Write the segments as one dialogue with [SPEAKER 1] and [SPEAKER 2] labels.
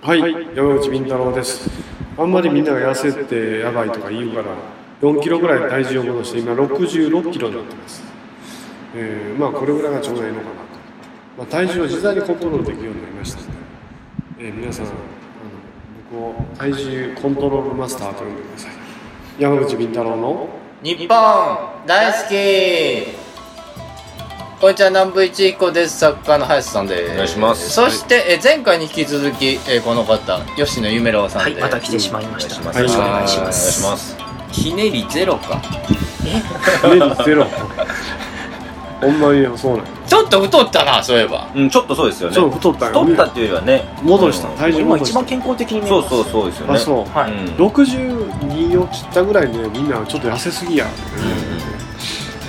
[SPEAKER 1] はい、山内敏太郎です。あんまりみんなが痩せてやばいとか言うから、4キロぐらい体重を戻して、今66キロになってます。えーまあこれぐらいがちょうどいいのかなと。まあ、体重を自在にコントロールできるようになりましたので、えー皆さん、あの僕を体重コントロールマスターと呼んでください。山口敏太郎の
[SPEAKER 2] 日本大好きこんにちは南部一彦です作家の林さんです
[SPEAKER 3] お願いします
[SPEAKER 2] そして、えー前回に引き続き、えーこの方吉野夢郎さ
[SPEAKER 4] は
[SPEAKER 2] ん
[SPEAKER 4] い、
[SPEAKER 2] で、
[SPEAKER 4] また来てしまいました。
[SPEAKER 3] お
[SPEAKER 4] よろ
[SPEAKER 3] 願
[SPEAKER 4] し
[SPEAKER 1] いし
[SPEAKER 4] く
[SPEAKER 1] ま
[SPEAKER 3] お
[SPEAKER 4] お願いしま。
[SPEAKER 3] 願いしますす。
[SPEAKER 2] ひねりゼロか
[SPEAKER 1] 年ゼロ。ほんまにそうなんや
[SPEAKER 2] ちょっと太ったなそういえば
[SPEAKER 3] うん、ちょっとそうですよね。
[SPEAKER 1] そう、太ったんや
[SPEAKER 3] 太ったっていうよりはね。
[SPEAKER 1] 戻した。体重
[SPEAKER 4] 今
[SPEAKER 1] 戻し
[SPEAKER 4] 一
[SPEAKER 1] た
[SPEAKER 4] 番。健康的に見え
[SPEAKER 3] そう
[SPEAKER 4] ます。
[SPEAKER 3] そうそうですよね。
[SPEAKER 1] あ、そう。
[SPEAKER 4] はい。
[SPEAKER 3] うん
[SPEAKER 1] 62を切ったぐらいでみんなちょっと痩せすぎやって言われて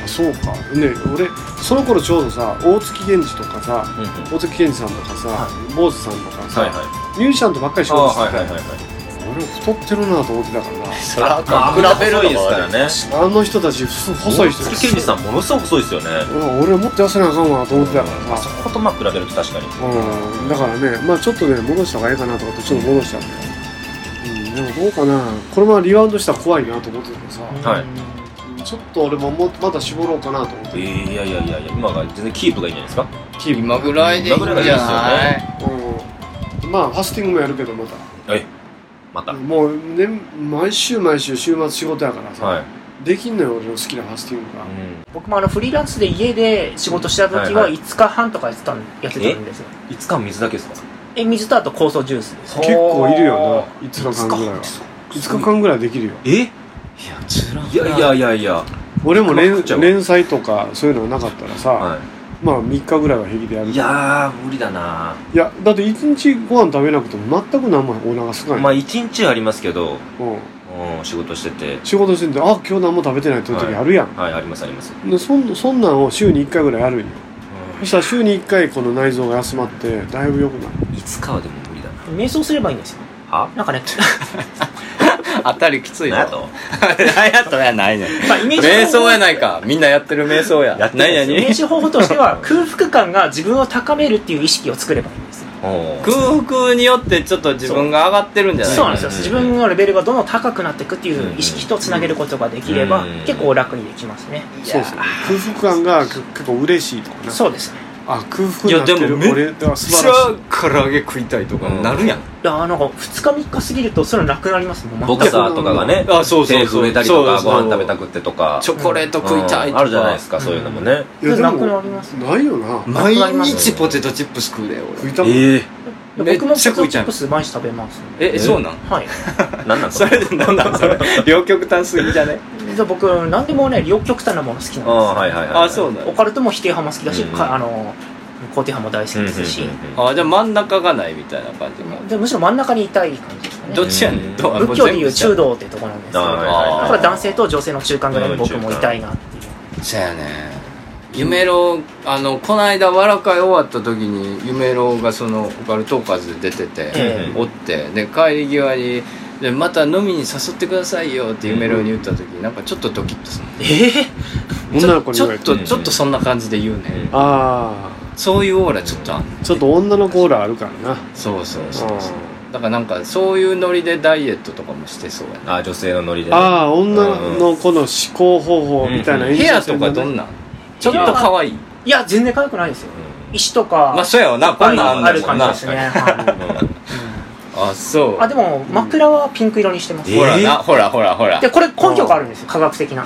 [SPEAKER 1] あそうかね俺その頃ちょうどさ大月源氏とかさ
[SPEAKER 3] うんうん
[SPEAKER 1] 大月健二さんとかさ、坊主さんとかさ、
[SPEAKER 3] はいはい。
[SPEAKER 1] ミュージシャンとばっかり仕
[SPEAKER 3] あ
[SPEAKER 1] 事し
[SPEAKER 3] は
[SPEAKER 1] て
[SPEAKER 3] い
[SPEAKER 1] たよ
[SPEAKER 3] はいはいはい。
[SPEAKER 1] 俺太ってるなと思ってたからな
[SPEAKER 2] そら
[SPEAKER 3] まあ
[SPEAKER 2] 比べるの
[SPEAKER 3] 細いですから
[SPEAKER 2] ね
[SPEAKER 1] あ
[SPEAKER 3] ね。
[SPEAKER 1] の人たちふ細い人
[SPEAKER 3] 月健二さんものすごく細いですよね。
[SPEAKER 1] うわ俺もっと痩せなあかんわと思ってたから
[SPEAKER 3] そ
[SPEAKER 1] さ、
[SPEAKER 3] ことまあ比べると確かに。
[SPEAKER 1] うん、だからねまあちょっとね戻した方がいいかなと思ってちょっと戻したんだよ、うん、でもどうかなこのままリバウンドしたら怖いなと思ってたからさ、
[SPEAKER 3] はい
[SPEAKER 1] ちょっと俺ももまだ絞ろうかなと思っ
[SPEAKER 3] え
[SPEAKER 1] て、
[SPEAKER 3] ーいやいやいやいや、今が全然キープがいいんじゃないですか。
[SPEAKER 1] キープ
[SPEAKER 2] 今ぐらいでいいんじゃない
[SPEAKER 3] 今ぐらい
[SPEAKER 1] うん、まあファスティングもやるけどま
[SPEAKER 3] ま
[SPEAKER 1] た
[SPEAKER 3] た。
[SPEAKER 1] もう、ね、毎週毎週週末仕事やからさ、
[SPEAKER 3] はい。
[SPEAKER 1] できんのよ俺の好きなファスティングが、
[SPEAKER 4] 僕もあのフリーランスで家で仕事した時
[SPEAKER 3] は
[SPEAKER 4] はい
[SPEAKER 3] はい
[SPEAKER 4] 5日半とかやってたんやってたんですよ。
[SPEAKER 3] いつか水だけですか。
[SPEAKER 4] え、水とあと酵素ジュースです。
[SPEAKER 1] 結構いるよな5日間ぐらいは5日間ぐらいできるよ
[SPEAKER 3] え？い
[SPEAKER 2] いやつら
[SPEAKER 3] やいやいやいや。
[SPEAKER 1] 俺も連
[SPEAKER 3] 食っちゃうわ
[SPEAKER 1] 連載とかそういうのがなかったらさ、
[SPEAKER 3] は
[SPEAKER 1] まあ3日ぐらいは平気でや
[SPEAKER 3] い。
[SPEAKER 1] る
[SPEAKER 3] いやー無理だな。
[SPEAKER 1] いやだって1日ご飯食べなくても全く何もお腹すかない、
[SPEAKER 3] まあ一日はありますけど、
[SPEAKER 1] うん、
[SPEAKER 3] うん仕事してて。
[SPEAKER 1] 仕事しててあ今日何も食べてないって時あるやん、
[SPEAKER 3] はいありますあります。
[SPEAKER 1] でそんそんなんを週に1回ぐらいやるんよそしたら週に1回この内臓が休まってだいぶ良くなる
[SPEAKER 3] いつかはでも無理だな。
[SPEAKER 4] 瞑想すればいいんですよ。
[SPEAKER 3] は？
[SPEAKER 4] なんかね、
[SPEAKER 2] 当たりきつい
[SPEAKER 3] 何
[SPEAKER 2] ぞ
[SPEAKER 3] やと？
[SPEAKER 2] 何やとやないねん
[SPEAKER 4] まあイメージ
[SPEAKER 2] 瞑想やないかみんなやってる瞑想や
[SPEAKER 3] やってます
[SPEAKER 2] 何
[SPEAKER 3] よ
[SPEAKER 2] や
[SPEAKER 4] イメ
[SPEAKER 2] に
[SPEAKER 4] ージ方法としては空腹感が自分を高めるっていう意識を作ればいいんですよ。
[SPEAKER 3] おー
[SPEAKER 2] 空腹によってちょっと自分が上がってるんじゃない
[SPEAKER 4] そうなんですよ。
[SPEAKER 3] うん
[SPEAKER 4] 自分のレベルがどんどん高くなっていくっていう意識とつなげることができれば
[SPEAKER 3] うん
[SPEAKER 4] 結構楽にできますね。
[SPEAKER 1] そうそう空腹感が結結構嬉しいとかな
[SPEAKER 4] そうですね。
[SPEAKER 1] あ空腹になって
[SPEAKER 2] いやで
[SPEAKER 1] る
[SPEAKER 2] もめ
[SPEAKER 1] 俺は素晴
[SPEAKER 2] そ
[SPEAKER 1] ら
[SPEAKER 2] ら
[SPEAKER 1] し
[SPEAKER 2] 唐揚げ食いたいとかなるやん、
[SPEAKER 4] いやーなんか2日3日過ぎるとそれなくなりますもん全く
[SPEAKER 3] ボクサーとかがね、
[SPEAKER 2] あそう
[SPEAKER 3] 手震えたりとか、ご飯食べた
[SPEAKER 2] く
[SPEAKER 3] くってとか。
[SPEAKER 2] チョコレート食いたいと
[SPEAKER 3] うん
[SPEAKER 2] か、
[SPEAKER 3] あるじゃないですか、そういうのもね。
[SPEAKER 1] いいやで
[SPEAKER 4] なくな
[SPEAKER 1] も
[SPEAKER 4] ります
[SPEAKER 1] ないよな
[SPEAKER 2] 毎
[SPEAKER 4] なくなります
[SPEAKER 2] 日ポテトチップス食うで
[SPEAKER 1] 食
[SPEAKER 2] 俺
[SPEAKER 1] いた
[SPEAKER 3] え
[SPEAKER 2] めっ
[SPEAKER 4] 僕も
[SPEAKER 2] ちゃ
[SPEAKER 4] ポ
[SPEAKER 2] 食
[SPEAKER 4] テト
[SPEAKER 2] いち
[SPEAKER 4] チ
[SPEAKER 2] ゃう
[SPEAKER 4] ップス毎日食べますね
[SPEAKER 2] え
[SPEAKER 3] え
[SPEAKER 2] そうなん
[SPEAKER 4] はい
[SPEAKER 3] え、なんなん
[SPEAKER 2] そ
[SPEAKER 3] そ
[SPEAKER 2] れ
[SPEAKER 3] れ。
[SPEAKER 2] でなんなんそれ両極端すぎじゃね
[SPEAKER 4] で僕何でもね両極端なもの好き
[SPEAKER 3] あ
[SPEAKER 4] な
[SPEAKER 3] あ、
[SPEAKER 4] んで
[SPEAKER 3] はいはいはい。
[SPEAKER 2] あそう
[SPEAKER 3] う
[SPEAKER 2] な
[SPEAKER 4] すよオ
[SPEAKER 2] の
[SPEAKER 4] カルトも否定派も好きだし、
[SPEAKER 3] うん
[SPEAKER 4] かあの肯定派も大好き
[SPEAKER 3] んうん
[SPEAKER 4] ですし、
[SPEAKER 3] うん
[SPEAKER 2] あじゃあ真ん中がないみたいな感じか
[SPEAKER 4] でむしろ真ん中にいたい感じですかね
[SPEAKER 2] どっちやねん
[SPEAKER 3] うん
[SPEAKER 2] ど
[SPEAKER 4] 仏教でいう中
[SPEAKER 2] 道
[SPEAKER 4] 道ってとこなんですけ
[SPEAKER 3] ああ
[SPEAKER 4] ど
[SPEAKER 3] はい
[SPEAKER 4] だ
[SPEAKER 3] はいはい
[SPEAKER 4] から男性と女性の中間ぐらいに僕もいたいなっていう
[SPEAKER 2] そうやね夢郎あのこないだわらかい終わった時に夢郎がそのオカルトーカーズで出てて、
[SPEAKER 4] え
[SPEAKER 3] え
[SPEAKER 2] おってで帰り際にで「また飲みに誘ってくださいよ」って夢郎に言った時、なんかちょっとドキッとする
[SPEAKER 4] え
[SPEAKER 1] 女の子に
[SPEAKER 2] ち
[SPEAKER 1] 言
[SPEAKER 2] ょ
[SPEAKER 1] わ
[SPEAKER 2] ちょ
[SPEAKER 1] れ
[SPEAKER 2] ってとちょっとそんな感じで言うね、
[SPEAKER 3] うん
[SPEAKER 1] あ
[SPEAKER 2] そういうオーラちょっとあんね
[SPEAKER 1] あちょっと女の子オーラあるからな
[SPEAKER 2] そうそうそうそう
[SPEAKER 1] う
[SPEAKER 2] だからなんかそういうノリでダイエットとかもしてそうやな
[SPEAKER 3] あ女性のノリで
[SPEAKER 1] ん
[SPEAKER 3] ね。
[SPEAKER 1] ああ女の子の思考方法みたいな
[SPEAKER 3] うん
[SPEAKER 2] 部屋
[SPEAKER 1] して
[SPEAKER 2] と
[SPEAKER 1] んだ
[SPEAKER 2] か
[SPEAKER 1] ね
[SPEAKER 2] どんなんちょっと可愛い
[SPEAKER 4] いや全然可愛くないですよ
[SPEAKER 3] う
[SPEAKER 4] 石とか
[SPEAKER 2] まあそうやわなこんなんあんね
[SPEAKER 4] あ
[SPEAKER 2] ん
[SPEAKER 4] る
[SPEAKER 2] もん
[SPEAKER 4] 感
[SPEAKER 2] な
[SPEAKER 4] じですねはい
[SPEAKER 3] ん。うん
[SPEAKER 2] あそう
[SPEAKER 4] あでも枕はピンク色にしてます、
[SPEAKER 3] え
[SPEAKER 2] ほらなほらほらほら
[SPEAKER 4] でこれ根拠があるんですよ科学的な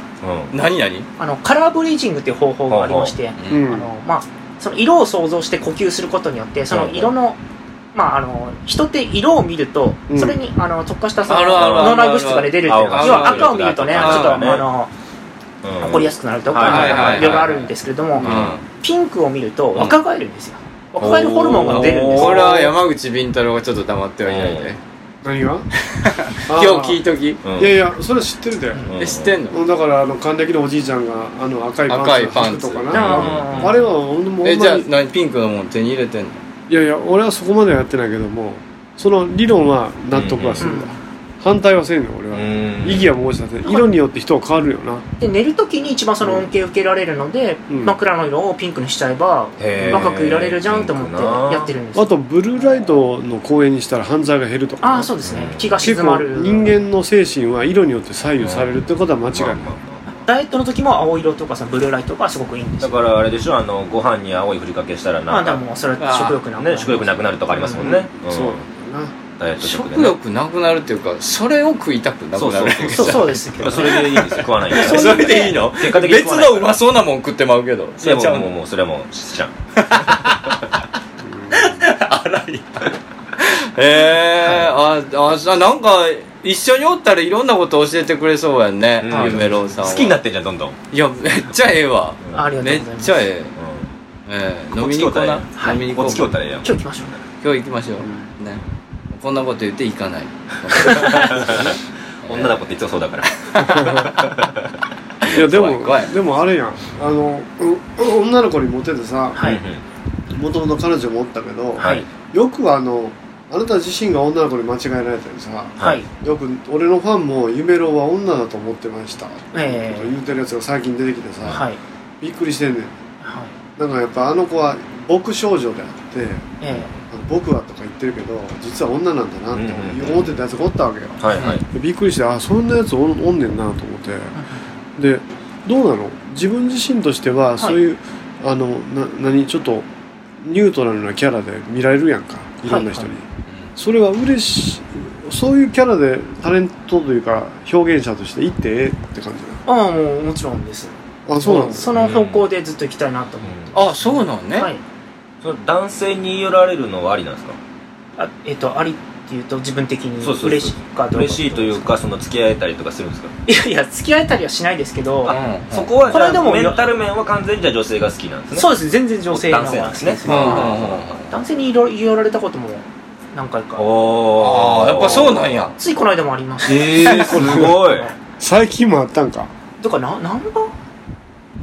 [SPEAKER 3] うん
[SPEAKER 2] 何何
[SPEAKER 4] あのカラーブリージングっていう方法がありまして、
[SPEAKER 1] う
[SPEAKER 4] あ
[SPEAKER 1] ん
[SPEAKER 4] のまあ、その色を想像して呼吸することによってその色の、まあ、あの人って色を見ると、
[SPEAKER 1] うん
[SPEAKER 4] それにあの特化したその
[SPEAKER 2] あるあるあるある
[SPEAKER 4] 脳内物質が出てるっていうのが
[SPEAKER 2] 青
[SPEAKER 4] 要は
[SPEAKER 2] が
[SPEAKER 4] 赤を見るとねちょ
[SPEAKER 2] 青
[SPEAKER 4] っと
[SPEAKER 2] が
[SPEAKER 4] あ
[SPEAKER 2] ね
[SPEAKER 4] の怒りやすくなると
[SPEAKER 3] はい
[SPEAKER 2] はいはいは
[SPEAKER 4] か
[SPEAKER 2] い
[SPEAKER 4] 色があるんですけれども、
[SPEAKER 2] う
[SPEAKER 4] ピンクを見ると
[SPEAKER 3] ん
[SPEAKER 4] 若返るんですよ若返るホルモンが出るんです
[SPEAKER 3] お
[SPEAKER 2] こ
[SPEAKER 3] ー
[SPEAKER 2] れ
[SPEAKER 4] よ
[SPEAKER 2] は山口敏太郎がちょっと黙ってはいないで
[SPEAKER 1] 何 が
[SPEAKER 2] 今日聞いとき
[SPEAKER 3] うん
[SPEAKER 1] いやいやそれは知ってるで、
[SPEAKER 3] うん
[SPEAKER 2] え知ってんの
[SPEAKER 1] だからあの還暦のおじいちゃんがあの赤いパンツ
[SPEAKER 2] 赤いパンツ
[SPEAKER 1] 履くとか
[SPEAKER 4] だから
[SPEAKER 1] な
[SPEAKER 3] あ
[SPEAKER 1] あれはほんまに
[SPEAKER 2] えじゃあ何ピンクのもん手に入れてんの
[SPEAKER 1] いやいや俺はそこまではやってないけどもその理論は納得はするわ、
[SPEAKER 4] うん
[SPEAKER 1] 反対はせんの俺は
[SPEAKER 3] うん
[SPEAKER 1] 意義は申し立てない色によって人は変わるよな
[SPEAKER 4] で寝る時に一番その恩恵を受けられるので、
[SPEAKER 1] うん
[SPEAKER 4] 枕の色をピンクにしちゃえば
[SPEAKER 3] へー
[SPEAKER 4] 若くいられるじゃんと思ってやってるんです
[SPEAKER 1] あとブルーライトの公演にしたら犯罪が減るとか
[SPEAKER 4] ああそうですね
[SPEAKER 3] うん
[SPEAKER 4] 気が
[SPEAKER 1] 結
[SPEAKER 4] 静ま
[SPEAKER 1] 構
[SPEAKER 4] る
[SPEAKER 1] 人間の精神は色によって左右されるってことは間違いない、
[SPEAKER 3] まあまあま
[SPEAKER 4] ダイエットの時も青色とかさブルーライトがすごくいいん
[SPEAKER 3] あ
[SPEAKER 4] です
[SPEAKER 3] だ
[SPEAKER 4] よ
[SPEAKER 3] からあれでしょあのご飯に青いふりかけしたら
[SPEAKER 4] ま
[SPEAKER 3] な
[SPEAKER 4] あ
[SPEAKER 3] ん
[SPEAKER 4] で
[SPEAKER 3] か
[SPEAKER 4] もそれは食欲なくな
[SPEAKER 3] ね食欲なくなるとかありますもんねん
[SPEAKER 1] そうなんだ
[SPEAKER 3] ダイエット食で
[SPEAKER 2] 食
[SPEAKER 3] ね
[SPEAKER 2] 欲なくなるっていうかそれを食いたくなくなる
[SPEAKER 3] そう
[SPEAKER 4] そうそうですけど、
[SPEAKER 3] まあそれでいいですよ食わないから
[SPEAKER 2] それでいいの
[SPEAKER 3] 結果的に
[SPEAKER 2] 別
[SPEAKER 3] 食わない
[SPEAKER 2] のうまそうなもん食ってまうけど
[SPEAKER 3] いやも
[SPEAKER 2] ちゃ
[SPEAKER 3] う
[SPEAKER 2] う
[SPEAKER 3] もう
[SPEAKER 2] の
[SPEAKER 3] もうそれはもう知らん
[SPEAKER 2] 荒いえーああじゃあなんか一緒におったらいろんなこと教えてくれそうやんね
[SPEAKER 3] うん
[SPEAKER 2] ゆめろうさんは
[SPEAKER 3] 好きになってんじゃんどんどん
[SPEAKER 2] いやめっちゃええわ
[SPEAKER 4] ありがとうござ
[SPEAKER 2] め
[SPEAKER 4] い
[SPEAKER 2] っ
[SPEAKER 4] ます
[SPEAKER 2] ちゃえ
[SPEAKER 3] う
[SPEAKER 2] えええ
[SPEAKER 3] ん
[SPEAKER 2] 飲みに行こうな
[SPEAKER 4] はい
[SPEAKER 2] 飲みに行
[SPEAKER 3] こ
[SPEAKER 2] こ
[SPEAKER 3] っ
[SPEAKER 2] う
[SPEAKER 3] ち来よったらええやん
[SPEAKER 4] 今日行きましょう
[SPEAKER 2] 今日行きましょう
[SPEAKER 1] う
[SPEAKER 2] ねこんなこと言って行かない
[SPEAKER 3] 女の子っていつもそうだから
[SPEAKER 1] いやでも
[SPEAKER 2] 怖い怖い
[SPEAKER 1] でもあれやんあのうう女の子にモテてさ
[SPEAKER 4] はい
[SPEAKER 3] うんうん
[SPEAKER 1] もともと彼女もおったけど、
[SPEAKER 3] はい
[SPEAKER 1] よくあのあなた自身が女の子に間違えられたりさ
[SPEAKER 3] は
[SPEAKER 4] はいい、
[SPEAKER 1] よく俺のファンも「夢郎は女だと思ってました」
[SPEAKER 4] ええ
[SPEAKER 1] 言うてるやつが最近出てきてさ、
[SPEAKER 4] はい
[SPEAKER 1] びっくりしてんねん
[SPEAKER 4] はい
[SPEAKER 1] なんかやっぱあの子は僕少女であって
[SPEAKER 4] え
[SPEAKER 1] 僕はとか言ってるけど実は女なんだなって思ってたやつがおったわけよ、
[SPEAKER 3] はいはい
[SPEAKER 1] でびっくりしてあそんなやつおんおんねんなと思ってでどうなの自分自身としてはそういう、あのな何ちょっとニュートラルなキャラで見られるやんかいろんな人に、
[SPEAKER 4] はい
[SPEAKER 1] それは嬉しいそういうキャラでタレントというか表現者としていってええって感じ
[SPEAKER 4] えああもうもちろんです
[SPEAKER 1] だあそうなんです
[SPEAKER 4] その方向でずっと行きたいなと思って、
[SPEAKER 2] あそうなんね、
[SPEAKER 4] はい
[SPEAKER 3] その男性に寄られるのはありなんですか
[SPEAKER 4] あえっ、とありっていうと自分的
[SPEAKER 3] そう
[SPEAKER 4] に
[SPEAKER 3] そうそう
[SPEAKER 4] 嬉しいかどうか
[SPEAKER 3] 嬉しいというかその付き合えたりとかするんですか
[SPEAKER 4] いやいや付き合えたりはしないですけど
[SPEAKER 2] うんうん
[SPEAKER 3] そこはじゃあ
[SPEAKER 4] これでも
[SPEAKER 3] メンタル面は完全にじゃあ女性が好きなんですね
[SPEAKER 4] そうです全然女性の方が
[SPEAKER 3] 男性なんですね
[SPEAKER 2] うんうんうんうん
[SPEAKER 4] 男性にいろいろ言われたことも何回か
[SPEAKER 3] お
[SPEAKER 2] ああやっぱそうなんや
[SPEAKER 4] ついこの間もありまし た
[SPEAKER 3] ええすごい
[SPEAKER 1] 最近もあったんか
[SPEAKER 4] だからなナンバ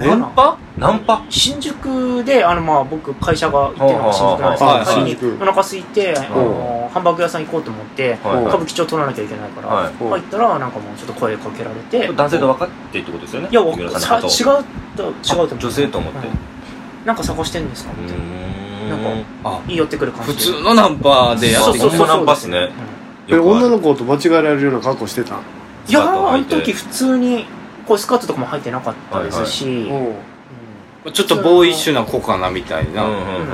[SPEAKER 1] え
[SPEAKER 2] ナ
[SPEAKER 4] かな
[SPEAKER 2] ンパ
[SPEAKER 3] ナンパ
[SPEAKER 4] 新宿であのまあ僕会社が行ってるのが新宿なんですけ
[SPEAKER 2] はい
[SPEAKER 4] ど
[SPEAKER 2] はいはい
[SPEAKER 4] 帰りにお腹空いてあ
[SPEAKER 1] う
[SPEAKER 4] のハンバーグ屋さん行こうと思って
[SPEAKER 3] はい
[SPEAKER 4] 歌舞伎町取らなきゃいけないから、
[SPEAKER 3] はい
[SPEAKER 4] 入ったらなんかもうちょっと声かけられて
[SPEAKER 3] 男性と分かってってことですよね
[SPEAKER 4] いやわ
[SPEAKER 3] 三浦さ
[SPEAKER 4] さ
[SPEAKER 3] んのこと
[SPEAKER 4] 違うと違うと思う
[SPEAKER 3] 女性と思って
[SPEAKER 4] うんなんか探してるんですか
[SPEAKER 3] う
[SPEAKER 4] みたいな
[SPEAKER 3] ーん
[SPEAKER 4] なん
[SPEAKER 2] あ
[SPEAKER 4] 言い寄ってくる感じ
[SPEAKER 2] 普
[SPEAKER 4] で
[SPEAKER 2] 通のナンパでやってき
[SPEAKER 4] そうそう
[SPEAKER 2] た
[SPEAKER 4] そ
[SPEAKER 3] ほ
[SPEAKER 4] う
[SPEAKER 3] んまナンパっすね
[SPEAKER 1] え女
[SPEAKER 3] 子
[SPEAKER 1] の子と間違えられるような格好してた
[SPEAKER 4] いや
[SPEAKER 3] スカート
[SPEAKER 4] ー
[SPEAKER 3] 履
[SPEAKER 4] あ
[SPEAKER 3] い
[SPEAKER 4] の
[SPEAKER 3] て
[SPEAKER 4] 時普通にこうスカートとかも入ってなかったですし、
[SPEAKER 1] うん
[SPEAKER 2] ちょっとボーイッシュな子かなみたい
[SPEAKER 3] うん
[SPEAKER 2] な、
[SPEAKER 3] うんうんうん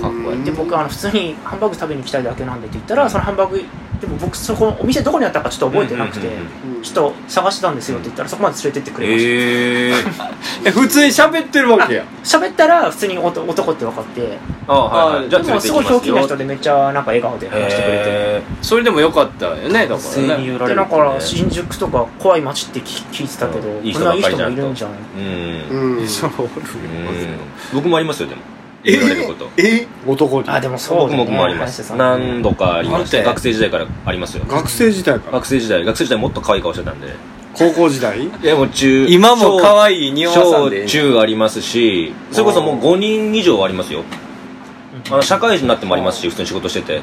[SPEAKER 2] かっこい
[SPEAKER 4] うんで僕あの普通にハンバーグ食べに行きたいだけなんでって言ったらそのハンバーグでも僕そこのお店どこにあったかちょっと覚えてなくて、
[SPEAKER 3] うんうんうんうん
[SPEAKER 1] うん
[SPEAKER 4] ちょっと探してたんですよって言ったらそこまで連れてってくれまし
[SPEAKER 3] ええ
[SPEAKER 2] え普通に喋ってるわけや
[SPEAKER 4] た喋ったら普通におと男って分かって
[SPEAKER 3] ああはいはいじゃあ
[SPEAKER 4] で
[SPEAKER 3] 連
[SPEAKER 4] も
[SPEAKER 3] れて
[SPEAKER 4] す
[SPEAKER 3] 行
[SPEAKER 4] ごい
[SPEAKER 3] き
[SPEAKER 4] ひょ
[SPEAKER 3] ます
[SPEAKER 4] うきんな人
[SPEAKER 3] よ
[SPEAKER 4] でめっちゃなんか笑顔で話してくれて、
[SPEAKER 3] へ
[SPEAKER 2] それでもよかったよねだ
[SPEAKER 3] ー
[SPEAKER 2] からね
[SPEAKER 3] 寄
[SPEAKER 4] でなんか新宿とか怖い街って聞聞いてたけど、
[SPEAKER 3] うんいい人
[SPEAKER 4] こん
[SPEAKER 3] ば
[SPEAKER 4] な
[SPEAKER 3] っ
[SPEAKER 4] いい
[SPEAKER 3] かり
[SPEAKER 4] 人
[SPEAKER 3] じゃ
[SPEAKER 4] も
[SPEAKER 3] ん
[SPEAKER 4] いるんじゃない
[SPEAKER 3] うん
[SPEAKER 1] うん
[SPEAKER 2] そうおる
[SPEAKER 3] うん僕もありますよでも
[SPEAKER 2] え
[SPEAKER 3] 言われること
[SPEAKER 2] え
[SPEAKER 1] 男に
[SPEAKER 4] あでもそう
[SPEAKER 3] 僕
[SPEAKER 4] だ
[SPEAKER 3] も
[SPEAKER 4] ね
[SPEAKER 3] 僕もありま
[SPEAKER 4] 林
[SPEAKER 3] す
[SPEAKER 4] さん
[SPEAKER 3] 何度かありまし
[SPEAKER 2] あん
[SPEAKER 3] た
[SPEAKER 2] た
[SPEAKER 3] 学生時代からありますよ
[SPEAKER 1] 学生時代から
[SPEAKER 3] 学生時代学生時代もっと可愛い顔してたんで
[SPEAKER 1] 高校時代
[SPEAKER 3] いやもう中
[SPEAKER 2] 今も可
[SPEAKER 3] い
[SPEAKER 2] 愛い匂わさん
[SPEAKER 3] 小
[SPEAKER 2] で
[SPEAKER 3] 中ありますしそれこそもう5人以上ありますよあの社会人になってもありますし普通に仕事してて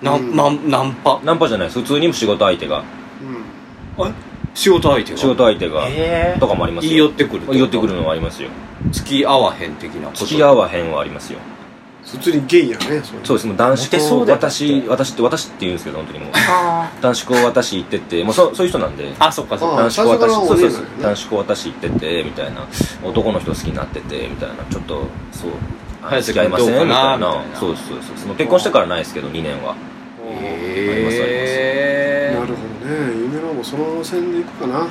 [SPEAKER 2] ななナンパ
[SPEAKER 3] ナンパじゃないです普通にも仕事相手が
[SPEAKER 2] 仕事相手が
[SPEAKER 3] 仕事相手が
[SPEAKER 4] え
[SPEAKER 3] とかもあります
[SPEAKER 2] 言い寄
[SPEAKER 3] よ
[SPEAKER 2] ってくる
[SPEAKER 3] 言い寄ってくるのはありますよ
[SPEAKER 2] 付き合わへん的なこと
[SPEAKER 3] 付き合わへんはありますよ
[SPEAKER 1] 普通にゲイやねそれ
[SPEAKER 3] そうですもう男子
[SPEAKER 4] モテそ
[SPEAKER 3] 校
[SPEAKER 4] うだよだって
[SPEAKER 3] 私私って私って言うんですけど本当にもう
[SPEAKER 4] ー、あ
[SPEAKER 3] 男子校私行っててもうそそういう人なんで
[SPEAKER 2] あそっかそっか
[SPEAKER 1] あ
[SPEAKER 3] 男子校
[SPEAKER 1] 最初から
[SPEAKER 3] 私そ
[SPEAKER 1] お
[SPEAKER 3] うそうそ
[SPEAKER 1] 姉さんや
[SPEAKER 3] う
[SPEAKER 1] ね
[SPEAKER 3] 男子校私行っててみたいな男の人好きになっててみたいなちょっとそうあ
[SPEAKER 2] 早瀬
[SPEAKER 3] 付き合
[SPEAKER 2] 君
[SPEAKER 3] いま
[SPEAKER 2] ど
[SPEAKER 3] せ
[SPEAKER 2] うん
[SPEAKER 3] みた
[SPEAKER 2] か
[SPEAKER 3] い
[SPEAKER 2] な
[SPEAKER 3] な
[SPEAKER 2] みたいな
[SPEAKER 3] そうそうそうその結婚してからないですけど2年は
[SPEAKER 1] な
[SPEAKER 2] え
[SPEAKER 1] るほどね夢のもその路線で行くかな
[SPEAKER 2] ー、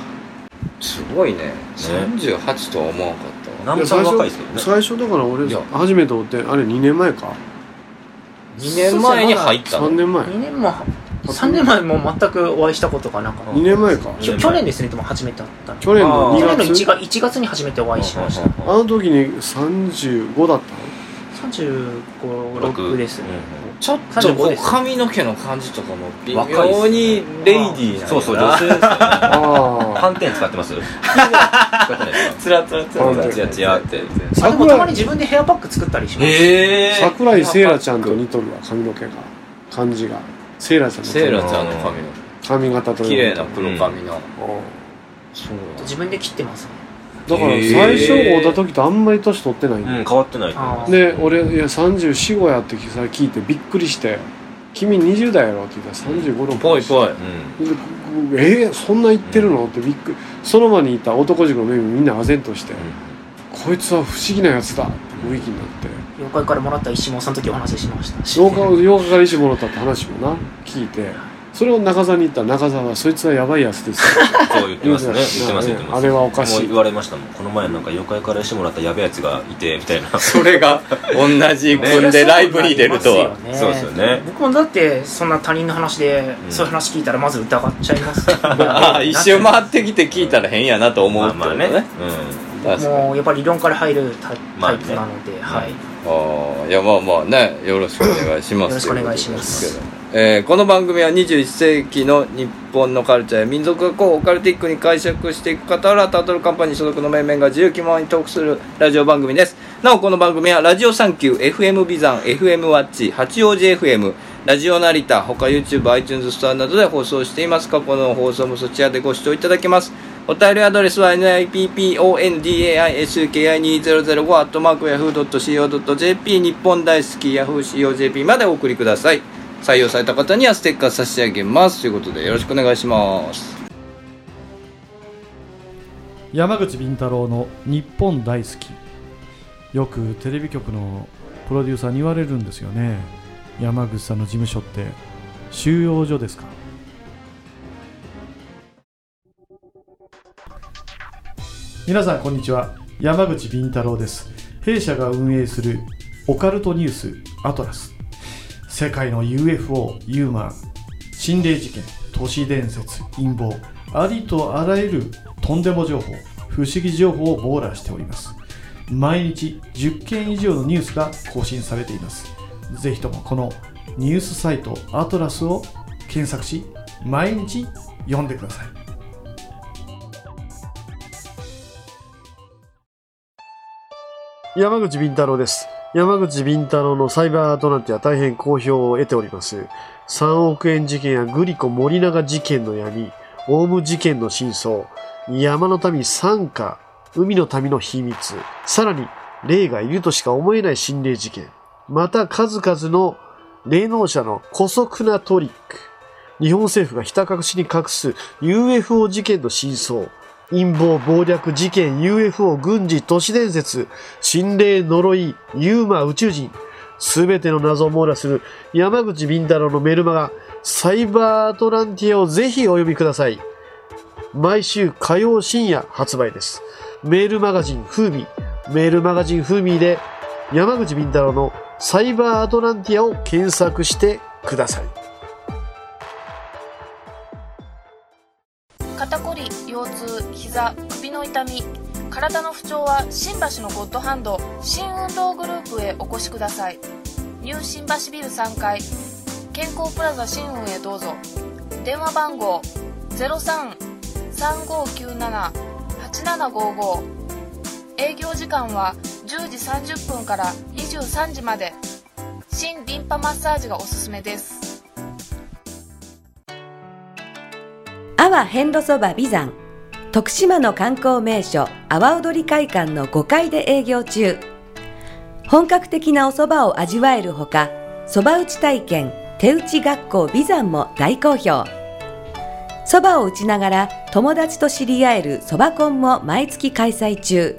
[SPEAKER 2] すごいね38とは思わんかったわ
[SPEAKER 3] 南部さん若いですけどね
[SPEAKER 1] 最初だから俺
[SPEAKER 2] いや
[SPEAKER 1] 初めておってあれ2年前か
[SPEAKER 2] 2年前に入った
[SPEAKER 1] 3
[SPEAKER 2] の
[SPEAKER 1] 年前
[SPEAKER 4] あ2年も3年前も全くお会いしたことがなかった
[SPEAKER 3] うん
[SPEAKER 1] 2年前か
[SPEAKER 3] うん
[SPEAKER 4] きょ去年ですねでも初めて会ったの
[SPEAKER 1] 去年
[SPEAKER 3] あ
[SPEAKER 1] の
[SPEAKER 3] ー
[SPEAKER 4] 去年の
[SPEAKER 1] 2
[SPEAKER 4] 1
[SPEAKER 1] 月
[SPEAKER 4] が1月に初めてお会いしました
[SPEAKER 1] あの時に35だったの
[SPEAKER 4] 356ですね
[SPEAKER 2] ちょっとこう髪の毛の感じとかも微
[SPEAKER 3] 若いっす
[SPEAKER 2] 妙
[SPEAKER 3] ね
[SPEAKER 2] にレイディーなんやな
[SPEAKER 3] そうそう女性ですよね
[SPEAKER 1] あ
[SPEAKER 3] 斑点使ってま す使ってないですか
[SPEAKER 2] つらつらつ
[SPEAKER 1] ら
[SPEAKER 3] ツヤツヤって
[SPEAKER 4] あでもたまに自分でヘアパック作ったりします、
[SPEAKER 2] え
[SPEAKER 1] あ
[SPEAKER 2] ー、
[SPEAKER 1] 桜井聖羅ちゃんと似とるわ髪の毛が感じが聖羅ちゃんの
[SPEAKER 2] セイ
[SPEAKER 1] 髪
[SPEAKER 2] ラちゃんの髪の
[SPEAKER 1] 髪髪型という
[SPEAKER 2] 綺麗
[SPEAKER 1] だ
[SPEAKER 2] な黒髪の、そう
[SPEAKER 4] 自分で切ってますね
[SPEAKER 1] だから最初会うた時とあんまり年取ってないんだよ
[SPEAKER 3] うん、変わってない。
[SPEAKER 4] あー
[SPEAKER 1] で俺いや345やってさ聞いてびっくりして「君20代やろ」って言ったら3 5六
[SPEAKER 2] ぽいぽい
[SPEAKER 3] うん。
[SPEAKER 1] で「えー、そんな言ってるの?」ってびっくりその場にいた男塾のメンバーみんな唖然として「こいつは不思議なやつだ」って雰囲気になって
[SPEAKER 4] 妖怪からもらった石毛さんの時お話ししましたし
[SPEAKER 1] 8日8日から 石もらったって話もな聞いてそれを中澤に言ったら中澤は「そいつはやばいやつですよ」
[SPEAKER 3] そう言ってますね。言ってます、言ってま
[SPEAKER 1] あ
[SPEAKER 3] す。
[SPEAKER 1] れ
[SPEAKER 3] も
[SPEAKER 1] はおかし
[SPEAKER 3] う
[SPEAKER 1] い
[SPEAKER 3] 言われましたもん。この前なんか妖怪からしてもらったやべえやつがいて、みたいな。
[SPEAKER 2] それが同じ組んでライブに出るとは、
[SPEAKER 4] ね
[SPEAKER 3] そうですよね。
[SPEAKER 4] 僕もだってそんな他人の話で、
[SPEAKER 3] うん
[SPEAKER 4] そういう話聞いたらまず疑っちゃいます
[SPEAKER 2] ああ一周
[SPEAKER 4] も
[SPEAKER 2] 回ってきて聞いたら変やなと思う
[SPEAKER 3] ま
[SPEAKER 2] っ
[SPEAKER 3] あ
[SPEAKER 2] て
[SPEAKER 3] ま
[SPEAKER 2] こ
[SPEAKER 3] あ
[SPEAKER 2] と
[SPEAKER 3] ね。
[SPEAKER 2] ね,、
[SPEAKER 3] うん。
[SPEAKER 2] 確かに
[SPEAKER 4] もうやっぱり理論から入るタイ
[SPEAKER 3] まあ
[SPEAKER 4] タ
[SPEAKER 3] ね
[SPEAKER 4] イプなので、はい
[SPEAKER 2] ああいやまあまあねよろしくお願いします
[SPEAKER 4] よろしくお願いしま
[SPEAKER 2] とい
[SPEAKER 4] す
[SPEAKER 2] うことですけどえーこの番組は21世紀の日本のカルチャーや民族学をオカルティックに解釈していく方らタートルカンパニー所属の面々が自由気ままにトークするラジオ番組ですなおこの番組はラジオサンキュー FM ビザン FM ワッチ八王子 FM ラジオ成田他 YouTube、iTunes ストアなどで放送しています過去の放送もそちらでご視聴いただけますお便りアドレスは nippondisuki2005-yahoo.co.jp 日本大好き yahoo.co.jp までお送りください採用された方にはステッカー差し上げますということでよろしくお願いします
[SPEAKER 5] 山口敏太郎の日本大好きよくテレビ局のプロデューサーに言われるんですよね山口さんの事務所って収容所ですか皆さんこんにちは山口敏太郎です弊社が運営するオカルトニュースアトラス世界の UFO ユーマン心霊事件都市伝説陰謀ありとあらゆるとんでも情報不思議情報を網羅しております毎日10件以上のニュースが更新されていますぜひともこのニュースサイトアトラスを検索し毎日読んでください
[SPEAKER 1] 山口敏太郎です。山口敏太郎のサイバーアトランティア大変好評を得ております。3億円事件やグリコ森永事件の闇、オウム事件の真相、山の民参加、海の民の秘密、さらに霊がいるとしか思えない心霊事件、また数々の霊能者の古速なトリック、日本政府がひた隠しに隠す UFO 事件の真相、陰謀、暴略、事件、UFO、軍事、都市伝説、心霊、呪い、ユーマ、宇宙人、すべての謎を網羅する山口敏太郎のメルマガ、サイバーアトランティアをぜひお読みください。毎週火曜深夜発売です。メールマガジンフーミー、メールマガジンフーミーで山口敏太郎のサイバーアトランティアを検索してください。
[SPEAKER 6] 肩こり腰痛膝首の痛み体の不調は新橋のゴッドハンド新運動グループへお越しくださいニュー新橋ビル3階健康プラザ新運へどうぞ電話番号0335978755営業時間は10時30分から23時まで新リンパマッサージがおすすめです
[SPEAKER 7] 阿波遍路そば美山徳島の観光名所阿波踊り会館の5階で営業中本格的なお蕎麦を味わえるほか蕎麦打ち体験手打ち学校美山も大好評蕎麦を打ちながら友達と知り合える蕎麦コンも毎月開催中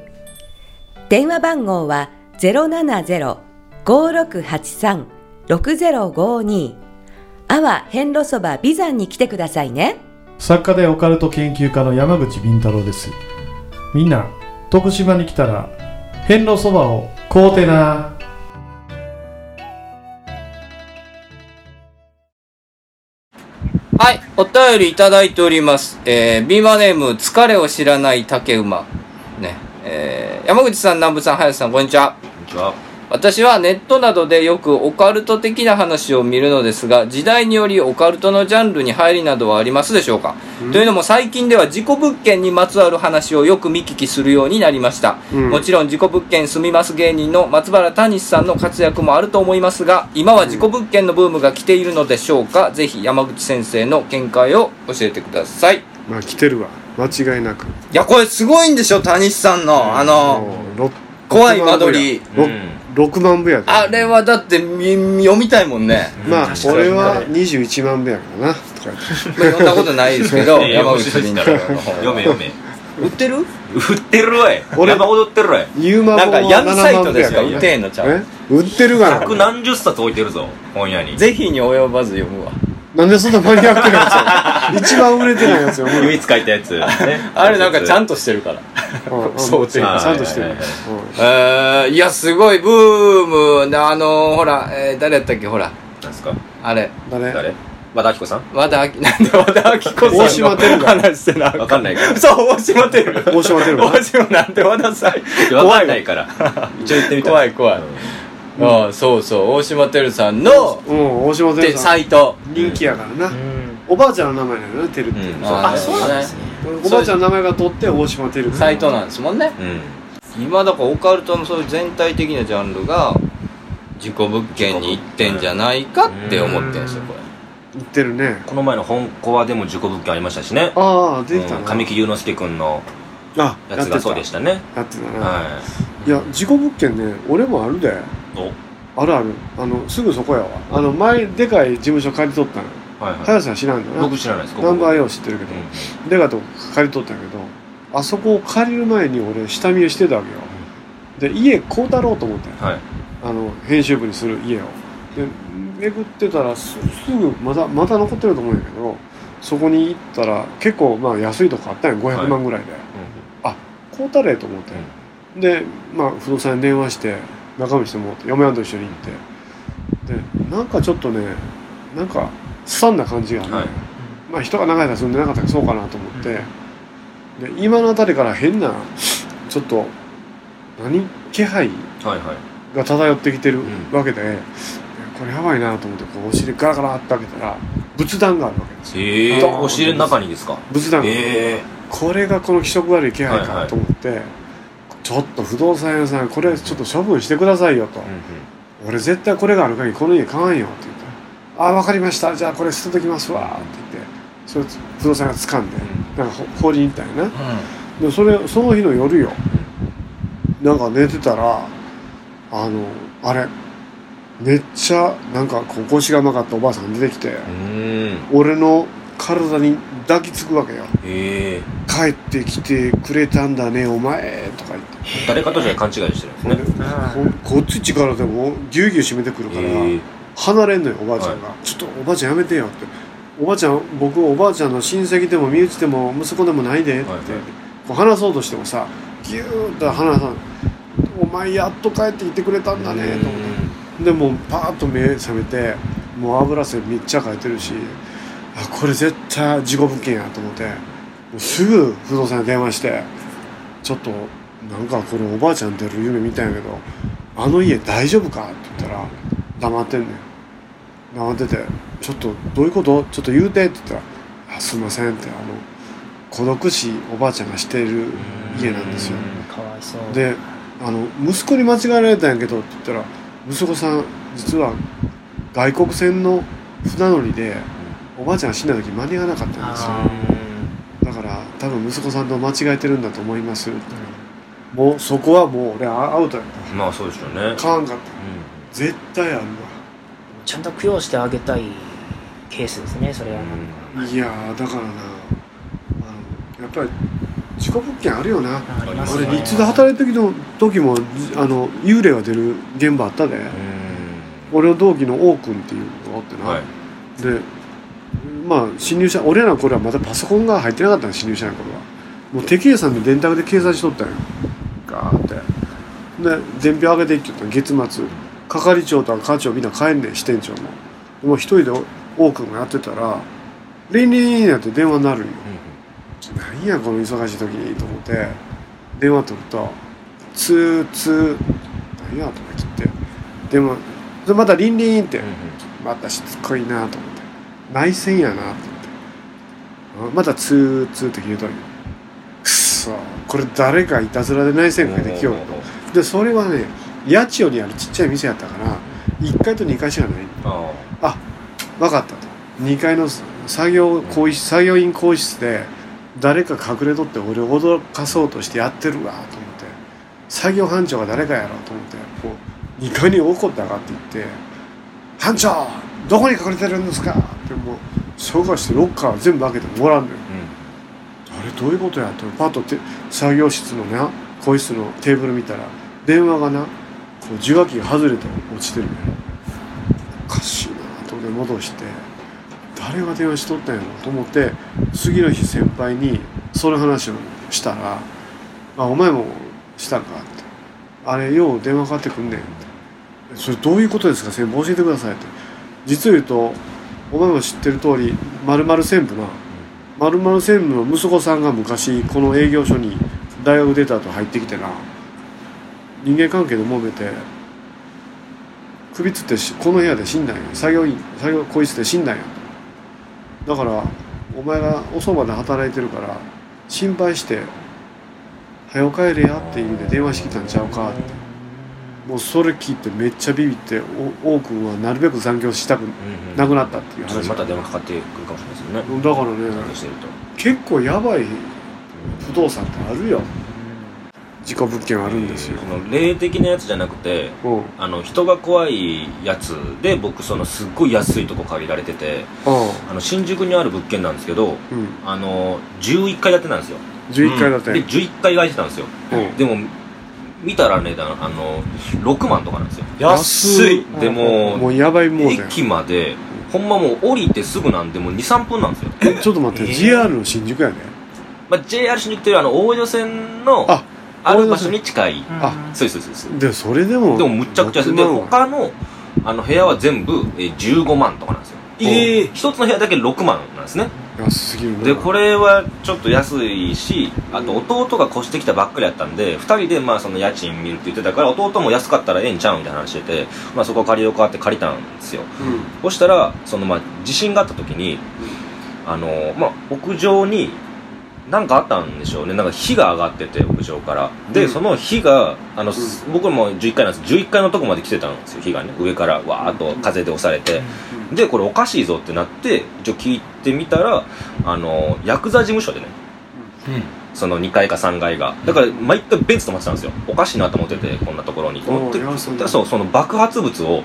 [SPEAKER 7] 電話番号は070-5683-6052阿波遍路そば美山に来てくださいね
[SPEAKER 5] 作家でオカルト研究家の山口敏太郎ですみんな徳島に来たら遍路そばを買うてな
[SPEAKER 2] はいお便りいただいておりますえー、ビーマーネーム疲れを知らない竹馬ねえー、山口さん南部さん林さんこんにちは
[SPEAKER 3] こんにちは。
[SPEAKER 2] え私はネットなどでよくオカルト的な話を見るのですが時代によりオカルトのジャンルに入りなどはありますでしょうか、というのも最近では事故物件にまつわる話をよく見聞きするようになりました、
[SPEAKER 1] うん
[SPEAKER 2] もちろん事故物件住みます芸人の松原谷さんの活躍もあると思いますが今は事故物件のブームが来ているのでしょうかぜひ山口先生の見解を教えてくださいい
[SPEAKER 1] まあ来てるわ間違いなく
[SPEAKER 2] やこれすごいんでしょ谷さんのあの
[SPEAKER 1] もう
[SPEAKER 2] 怖い間取り
[SPEAKER 3] う
[SPEAKER 1] ろ
[SPEAKER 3] ん
[SPEAKER 1] 6万部やで
[SPEAKER 2] あれはだってみ読みたいもんね。
[SPEAKER 1] まあ
[SPEAKER 4] 確かに
[SPEAKER 1] 俺は21万部やからなとか言って
[SPEAKER 2] まあ、読んだこと ないですけど、
[SPEAKER 3] いや
[SPEAKER 2] 山
[SPEAKER 3] 面
[SPEAKER 2] 口
[SPEAKER 3] 白い
[SPEAKER 2] 敏
[SPEAKER 3] っす
[SPEAKER 2] 太
[SPEAKER 3] から
[SPEAKER 2] 郎の方。
[SPEAKER 3] 読め読め
[SPEAKER 2] 売ってる
[SPEAKER 3] 売ってるわい
[SPEAKER 1] 俺
[SPEAKER 3] 山ほど売ってるわい
[SPEAKER 1] ユーマ
[SPEAKER 2] なん
[SPEAKER 1] 本
[SPEAKER 2] か
[SPEAKER 1] は
[SPEAKER 2] 闇サイ
[SPEAKER 1] 7
[SPEAKER 2] ト
[SPEAKER 1] 万部
[SPEAKER 2] で
[SPEAKER 1] や
[SPEAKER 2] し
[SPEAKER 1] か
[SPEAKER 2] から売
[SPEAKER 1] な
[SPEAKER 2] ってんのちゃう
[SPEAKER 1] え売ってるが
[SPEAKER 3] 百
[SPEAKER 1] な
[SPEAKER 3] 何十冊置いてるぞ本屋に
[SPEAKER 2] ぜひに及ばず読むわ。
[SPEAKER 1] なんでそんなマニアックなやつ一番売れてないやつよ
[SPEAKER 3] 唯一書いたやつ、ね、
[SPEAKER 2] あれなんかちゃ
[SPEAKER 3] ん
[SPEAKER 2] んとしてるから。
[SPEAKER 1] そうち
[SPEAKER 3] はい
[SPEAKER 1] ゃんとしてる
[SPEAKER 3] はいはい
[SPEAKER 2] えー、いや、すごい、ブームな、あのー、ほら、えー、誰やったっけ、ほら、
[SPEAKER 3] なんですか
[SPEAKER 2] あれ、
[SPEAKER 1] うんだね
[SPEAKER 3] 誰和田アキ子さん
[SPEAKER 2] 和田あき、 なんで和田アキ子
[SPEAKER 1] 大
[SPEAKER 2] さん
[SPEAKER 1] 島
[SPEAKER 2] の
[SPEAKER 1] テルが
[SPEAKER 2] 話してな
[SPEAKER 3] わかんない から
[SPEAKER 2] そう、大島テル。
[SPEAKER 1] 大島テルが
[SPEAKER 2] 大島なんて和田さん。
[SPEAKER 3] わ
[SPEAKER 2] 怖
[SPEAKER 3] か
[SPEAKER 2] い
[SPEAKER 3] んないから一応言ってみた
[SPEAKER 2] 怖い怖い。ああ、そうそう、大島テルさんの、
[SPEAKER 1] うん大島テ
[SPEAKER 2] で、
[SPEAKER 1] ルさ
[SPEAKER 2] サ
[SPEAKER 1] ん
[SPEAKER 2] イト。
[SPEAKER 1] 人気やからな
[SPEAKER 4] うん
[SPEAKER 1] おばあちゃんの名前なのよねテルって
[SPEAKER 3] うん
[SPEAKER 4] あそうなんですね
[SPEAKER 1] おばあちゃんの名前が取って大島テル
[SPEAKER 2] サイトなんですもんね
[SPEAKER 3] うん
[SPEAKER 2] 今だからオカルトのそういう全体的なジャンルが事故物件に行ってんじゃないかって思ってんですよこれ
[SPEAKER 1] 言ってるね
[SPEAKER 3] この前の本コアでも事故物件ありましたしね
[SPEAKER 1] ああ出てた
[SPEAKER 3] うん
[SPEAKER 1] な
[SPEAKER 3] 神木隆之介君の
[SPEAKER 1] あや
[SPEAKER 3] や
[SPEAKER 1] っ
[SPEAKER 3] つ
[SPEAKER 1] てた
[SPEAKER 3] がそうでしたね
[SPEAKER 1] やってたな
[SPEAKER 3] はい
[SPEAKER 1] や事故物件ね俺もあるで
[SPEAKER 3] いお
[SPEAKER 1] あるあるあのすぐそこやわあの前でかい事務所借りとったの
[SPEAKER 3] はいはい
[SPEAKER 1] 早瀬さん知らんだな
[SPEAKER 3] 僕知らないですここ
[SPEAKER 1] ナンバー A を知ってるけどでかいとこ借りとったんやけどあそこを借りる前に俺下見をしてたわけよで家買うたろうと思ったんや
[SPEAKER 3] うんはい
[SPEAKER 1] あの編集部にする家をで巡ってたらすすぐまだまだ残ってると思うんやけどそこに行ったら結構まあ安いとこあったんや500万ぐらいで、買うたれと思って、で、まあ、不動産に電話して中身してもらって嫁はんと一緒に行ってでなんかちょっとねなんかすさんだ感じがあるね、
[SPEAKER 3] はい
[SPEAKER 1] まあ人が長い間住んでなかったからそうかなと思って、で今の辺りから変なちょっと何気配
[SPEAKER 3] はいはい
[SPEAKER 1] が漂ってきてる
[SPEAKER 3] ん
[SPEAKER 1] わけで、これやばいなと思ってこうお尻ガラガラって開けたら仏壇があるわけですよ
[SPEAKER 3] ええ
[SPEAKER 1] あー
[SPEAKER 3] お尻の中にですか
[SPEAKER 1] 仏壇が、
[SPEAKER 3] え
[SPEAKER 1] これがこの気色悪い気配
[SPEAKER 3] はいは
[SPEAKER 1] か
[SPEAKER 3] い
[SPEAKER 1] と思って、ちょっと不動産屋さんこれちょっと処分してくださいよと、
[SPEAKER 3] え
[SPEAKER 1] 俺絶対これがある限りこの家買わんよって言ったら「ああ分かりましたじゃあこれ捨てときますわ」って言ってそれ不動産屋が掴んでなんかほ放りに行ったんやなでそれその日の夜よなんか寝てたらあのあれめっちゃなんかこう腰が甘かったおばあさん出てきて
[SPEAKER 3] うん
[SPEAKER 1] 俺の体に抱きつくわけよ
[SPEAKER 3] ええ
[SPEAKER 1] 帰ってきてくれたんだねお前とか言って
[SPEAKER 3] 誰かとじゃ勘違いしてるんです
[SPEAKER 1] ほん
[SPEAKER 3] ね
[SPEAKER 1] でここっち力でもぎゅうぎゅう締めてくるから
[SPEAKER 3] ええ
[SPEAKER 1] 離れんのよおばあちゃんが、ちょっとおばあちゃんやめてよっておばあちゃん僕おばあちゃんの親戚でも身内でも息子でもないでって、
[SPEAKER 3] はいはい
[SPEAKER 1] こう話そうとしてもさぎゅーっと離さんお前やっと帰ってきてくれたんだねと思ってでもうパーッと目覚めてもう油汗めっちゃかいてるしあこれ絶対事故物件やと思ってもうすぐ不動産に電話してちょっとなんかこれおばあちゃん出る夢見たんやけどあの家大丈夫かって言ったら黙ってんねん黙ってて「ちょっとどういうことちょっと言うて」って言ったら「あすいません」ってあの孤独死おばあちゃんがしてる家なんですよ
[SPEAKER 4] かわいそう
[SPEAKER 1] であの「息子に間違えられたんやけど」って言ったら「息子さん実は外国船の船乗りでおばあちゃんが死んだ時間に合わなかったんですよ
[SPEAKER 4] あ
[SPEAKER 1] だから多分息子さんと間違えてるんだと思います」
[SPEAKER 4] ー
[SPEAKER 1] もうそこはもう俺アウトや
[SPEAKER 3] うんまあそうでしょうね
[SPEAKER 1] 買わんかった
[SPEAKER 3] う
[SPEAKER 1] 絶対ある
[SPEAKER 4] ちゃんと供養してあげたいケースですねそれは、
[SPEAKER 3] ん
[SPEAKER 1] わいやーだからなあのやっぱり事故物件あるよな
[SPEAKER 4] あります
[SPEAKER 1] 俺
[SPEAKER 4] ね
[SPEAKER 1] 立地で働いた時の時もあの幽霊が出る現場あったで俺の同期の王君っていうのがおって
[SPEAKER 3] うん
[SPEAKER 1] な、
[SPEAKER 3] はい
[SPEAKER 1] でまあ新入社俺らの頃はまだパソコンが入ってなかったの新入社の頃はもう手計算で電卓で計算しとったんよガーってで伝票上げていって言ったの月末係長とは課長みんな帰んねん支店長ももう一人で王君がやってたらリンリンやって電話になるんよなんやこの忙しい時にと思って電話取ると「ツーツー」何やとか切って
[SPEAKER 8] でもでまたリンリンって
[SPEAKER 3] うんうん
[SPEAKER 8] またしつこいなと思って内戦やなと思ってあまたツーツーって消えとるよくそこれ誰かいたずらで内戦増えてきようでそれはね八千代にあるちっちゃい店やったから1階と2階しかない
[SPEAKER 3] あ
[SPEAKER 8] 分かったと2階の作業更衣室作業員更衣室で誰か隠れとって俺を脅かそうとしてやってるわと思って作業班長が誰かやろうと思ってこう2階に怒って上がっていって「班長どこに隠れてるんですか?」ってもう紹介してロッカー全部開けてもらうのよ
[SPEAKER 3] あうん
[SPEAKER 8] あれどういうことやってパッとて作業室のな更衣室のテーブル見たら電話がなこう受話器が外れて落ちてるのよおかしいなと思って戻して誰が電話しとったんやろと思って次の日先輩にその話をしたら「あお前もしたか」って「あれよう電話かかってくんねん」って「それどういうことですか先輩教えてください」って実を言うとお前も知ってる通り〇〇専務なまるまる専務の息子さんが昔この営業所に大学出た後入ってきてな人間関係で揉めて首つってしこの部屋で死んだんや作業員作業こいつで死んだんやだからお前がおそばで働いてるから心配して「早く帰れや」っていう意味で電話してきたんちゃうかってもうそれ聞いてめっちゃビビってお王君はなるべく残業したく
[SPEAKER 3] うんうん
[SPEAKER 8] なくなったっていう
[SPEAKER 3] ちょっと
[SPEAKER 8] 話
[SPEAKER 3] また電話かかってくるかもしれないですよね
[SPEAKER 8] だからね
[SPEAKER 3] 残業してると
[SPEAKER 8] 結構やばい不動産ってあるよ事故物件あるんですよ、
[SPEAKER 3] その霊的なやつじゃなくて
[SPEAKER 8] うんうん
[SPEAKER 3] あの人が怖いやつで僕そのすっごい安いとこ借りられててあの新宿にある物件なんですけど
[SPEAKER 8] うん
[SPEAKER 3] あの11階建てなんですよ
[SPEAKER 8] 11階だって、
[SPEAKER 3] で11階が空いてたんですよ
[SPEAKER 8] うん
[SPEAKER 3] でも見たらねだあの6万とかなんですよ
[SPEAKER 8] 安い
[SPEAKER 3] でも
[SPEAKER 8] もうやばいもうだよ
[SPEAKER 3] 駅までほんまもう降りてすぐなんでもう23分なんですよ、
[SPEAKER 8] えちょっと待って、
[SPEAKER 4] えー
[SPEAKER 8] JR の新宿やね
[SPEAKER 3] まあ、JR 新宿というよりあの大江戸線の
[SPEAKER 8] あ
[SPEAKER 3] ある場所に近い
[SPEAKER 8] あ
[SPEAKER 3] そうですそうですそうで
[SPEAKER 8] でそれでも
[SPEAKER 3] すでもむっちゃくちゃ安いで
[SPEAKER 8] 6万は
[SPEAKER 3] 他のあの部屋は全部えー15万とかなんですよ
[SPEAKER 8] え
[SPEAKER 3] え一つの部屋だけ6万なんですね
[SPEAKER 8] 安すぎるな
[SPEAKER 3] でこれはちょっと安いしあと弟が越してきたばっかりやったんで2人でまあその家賃見るって言ってたから弟も安かったらええんちゃうんみたいな話してて、まあ、そこ借りようかって借りたんですよ
[SPEAKER 8] うん
[SPEAKER 3] そしたらそのまあ地震があった時に、あのまあ、屋上になんかあったんでしょうねなんか火が上がってて屋上からで、
[SPEAKER 8] うん
[SPEAKER 3] その火があの、す僕も11階なんです11階のとこまで来てたんですよ火がね上からわーっと風で押されて、でこれおかしいぞってなって一応聞いてみたらあのヤクザ事務所でねその2階か3階がだから毎回ベンツ止まってたんですよおかしいなと思っててこんなところにと思って
[SPEAKER 8] おーいやそんな
[SPEAKER 3] だそうその爆発物を